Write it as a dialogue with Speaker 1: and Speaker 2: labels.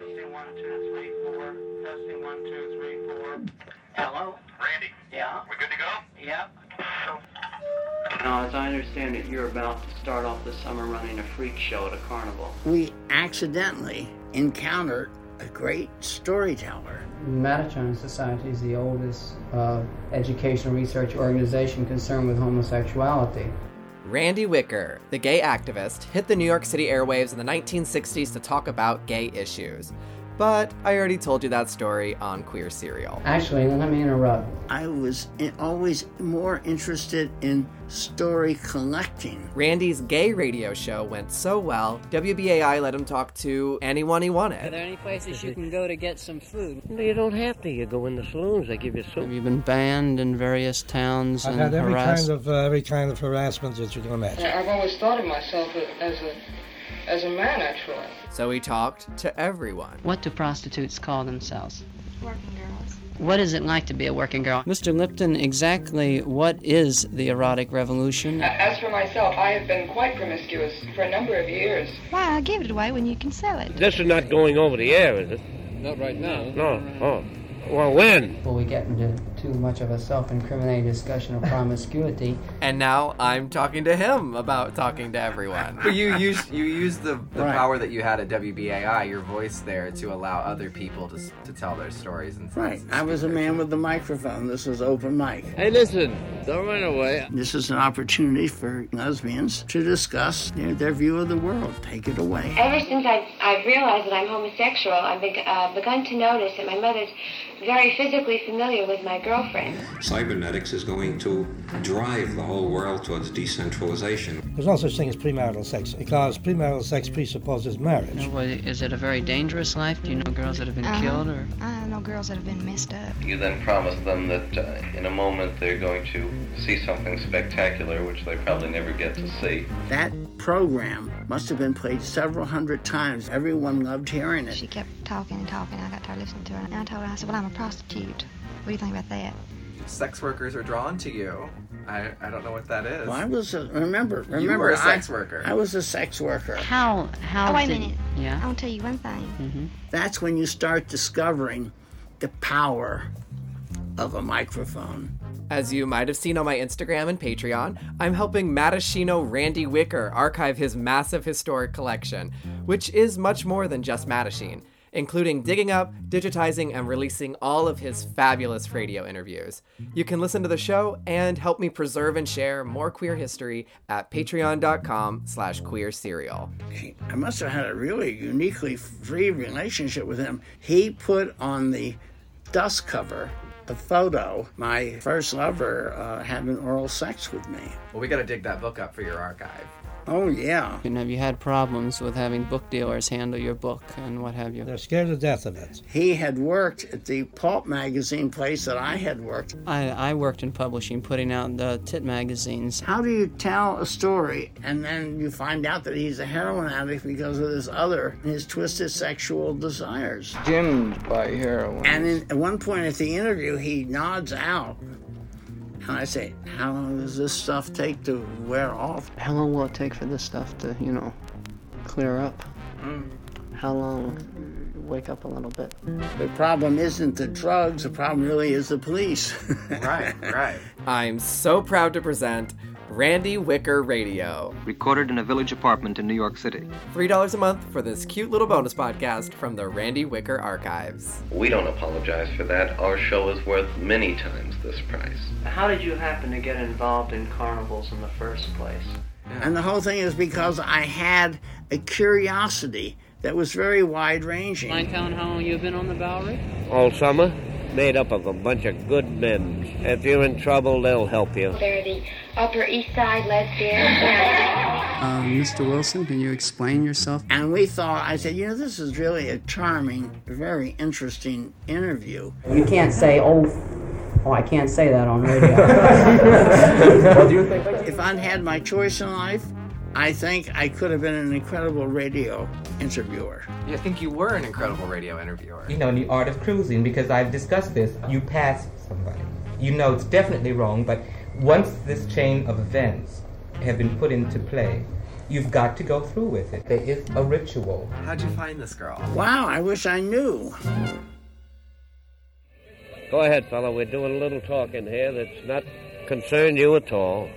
Speaker 1: one, two, three, four. Testing one, two, three, four. Hello?
Speaker 2: Randy,
Speaker 1: Yeah?
Speaker 2: we good to go?
Speaker 1: Yep. Now, as I understand it, you're about to start off the summer running a freak show at a carnival.
Speaker 3: we accidentally encountered a great storyteller.
Speaker 4: Mattachine Society is the oldest uh, educational research organization concerned with homosexuality.
Speaker 5: Randy Wicker, the gay activist, hit the New York City airwaves in the 1960s to talk about gay issues. But I already told you that story on Queer Serial.
Speaker 4: Actually, let me interrupt.
Speaker 3: I was in- always more interested in story collecting.
Speaker 5: Randy's gay radio show went so well, WBAI let him talk to anyone he
Speaker 6: Are
Speaker 5: wanted.
Speaker 6: there any places you can go to get some food?
Speaker 7: You don't have to. You go in the saloons. They give you soup.
Speaker 8: You've been banned in various towns
Speaker 9: I've
Speaker 8: and
Speaker 9: had every
Speaker 8: harassed.
Speaker 9: kind of uh, every kind of harassment that you can imagine.
Speaker 10: I've always thought of myself as a as a man, actually.
Speaker 5: So he talked to everyone.
Speaker 6: What do prostitutes call themselves? Working girls. What is it like to be a working girl?
Speaker 8: Mr. Lipton, exactly what is the erotic revolution?
Speaker 10: As for myself, I have been quite promiscuous for a number of years.
Speaker 11: Wow, I gave it away when you can sell it.
Speaker 7: This is not going over the air, is it?
Speaker 8: Not right now.
Speaker 7: No. Oh. Well, when?
Speaker 4: Before we get into too much of a self incriminating discussion of promiscuity,
Speaker 5: And now I'm talking to him about talking to everyone. But you use you use the, the
Speaker 3: Right.
Speaker 5: power that you had at WBAI, your voice there, to allow other people to, s- to tell their stories and
Speaker 3: Right. I was a man with the microphone. This was open mic.
Speaker 7: Hey, listen. Don't run away.
Speaker 3: This is an opportunity for lesbians to discuss their, their view of the world. Take it away.
Speaker 11: Ever since I've, I've realized that I'm homosexual, I've beg- uh, begun to notice that my mother's very physically familiar with my girlfriend.
Speaker 12: Cybernetics is going to drive the whole world towards decentralization.
Speaker 9: There's no such thing as premarital sex because premarital sex presupposes marriage.
Speaker 8: Is it a very dangerous life? Do you know girls that have
Speaker 11: Uh-huh.
Speaker 8: been killed or?
Speaker 11: I know girls that have been messed up.
Speaker 2: You then promise them that uh, in a moment they're going to see something spectacular, which they probably never get to see.
Speaker 3: That program must have been played several hundred times. Everyone loved hearing it.
Speaker 11: She kept talking and talking. I got tired of listening to her. And I told her, I said, Well, I'm a prostitute. What do you think about that?
Speaker 5: Sex workers are drawn to you. I, I don't know what that is.
Speaker 3: Well, I was a, remember, remember,
Speaker 5: were a sex
Speaker 3: I-
Speaker 5: worker.
Speaker 3: I was a sex worker.
Speaker 6: How how
Speaker 11: oh, wait
Speaker 6: did-
Speaker 11: a minute.
Speaker 6: Yeah.
Speaker 11: I want to tell you one thing.
Speaker 3: Mm-hmm. That's when you start discovering the power of a microphone.
Speaker 5: As you might have seen on my Instagram and Patreon, I'm helping Matashino Randy Wicker archive his massive historic collection, which is much more than just Matashine, including digging up, digitizing, and releasing all of his fabulous radio interviews. You can listen to the show and help me preserve and share more queer history at patreon.com slash queer serial.
Speaker 3: I must have had a really uniquely free relationship with him. He put on the dust cover a photo my first lover uh, having oral sex with me.
Speaker 5: Well, we gotta dig that book up for your archive.
Speaker 3: Oh, yeah.
Speaker 8: And have you had problems with having book dealers handle your book and what have you?
Speaker 9: They're scared to death of it.
Speaker 3: He had worked at the pulp magazine place that I had worked.
Speaker 8: I, I worked in publishing, putting out the tit magazines.
Speaker 3: How do you tell a story and then you find out that he's a heroin addict because of this other, his twisted sexual desires?
Speaker 7: Jimmed by heroin.
Speaker 3: And then at one point at the interview, he nods out. And I say, How long does this stuff take to wear off?
Speaker 8: How long will it take for this stuff to, you know, clear up?
Speaker 7: Mm.
Speaker 8: How long? Wake up a little bit.
Speaker 3: The problem isn't the drugs, the problem really is the police.
Speaker 5: Right, right. I'm so proud to present Randy Wicker Radio.
Speaker 7: Recorded in a village apartment in New York City.
Speaker 5: $3 a month for this cute little bonus podcast from the Randy Wicker Archives.
Speaker 2: We don't apologize for that. Our show is worth many times this price.
Speaker 7: How did you happen to get involved in carnivals in the first place?
Speaker 3: and the whole thing is because I had a curiosity that was very
Speaker 6: Mind
Speaker 3: wide ranging.
Speaker 6: telling how long you've been on the Bowery?
Speaker 7: All summer, made up of a bunch of good men. If you're in trouble, they'll help you.
Speaker 11: They're the Upper East Side lesbians.
Speaker 8: Um, Mr. Wilson, can you explain yourself?
Speaker 3: And we thought, I said, you know, this is really a charming, very interesting interview.
Speaker 4: you can't say, oh, oh, I can't say that on radio.
Speaker 3: If I'd had my choice in life, I think I could have been an incredible radio interviewer.
Speaker 5: I think you were an incredible radio interviewer.
Speaker 7: You know, the art of cruising, because I've discussed this. You pass somebody. You know it's definitely wrong, but once this chain of events have been put into play,
Speaker 13: You've got to go through with it. There is a ritual.
Speaker 5: How'd you find this girl?
Speaker 3: Wow, I wish I knew.
Speaker 7: Go ahead, fella. We're doing a little talking here that's not concerned you at all.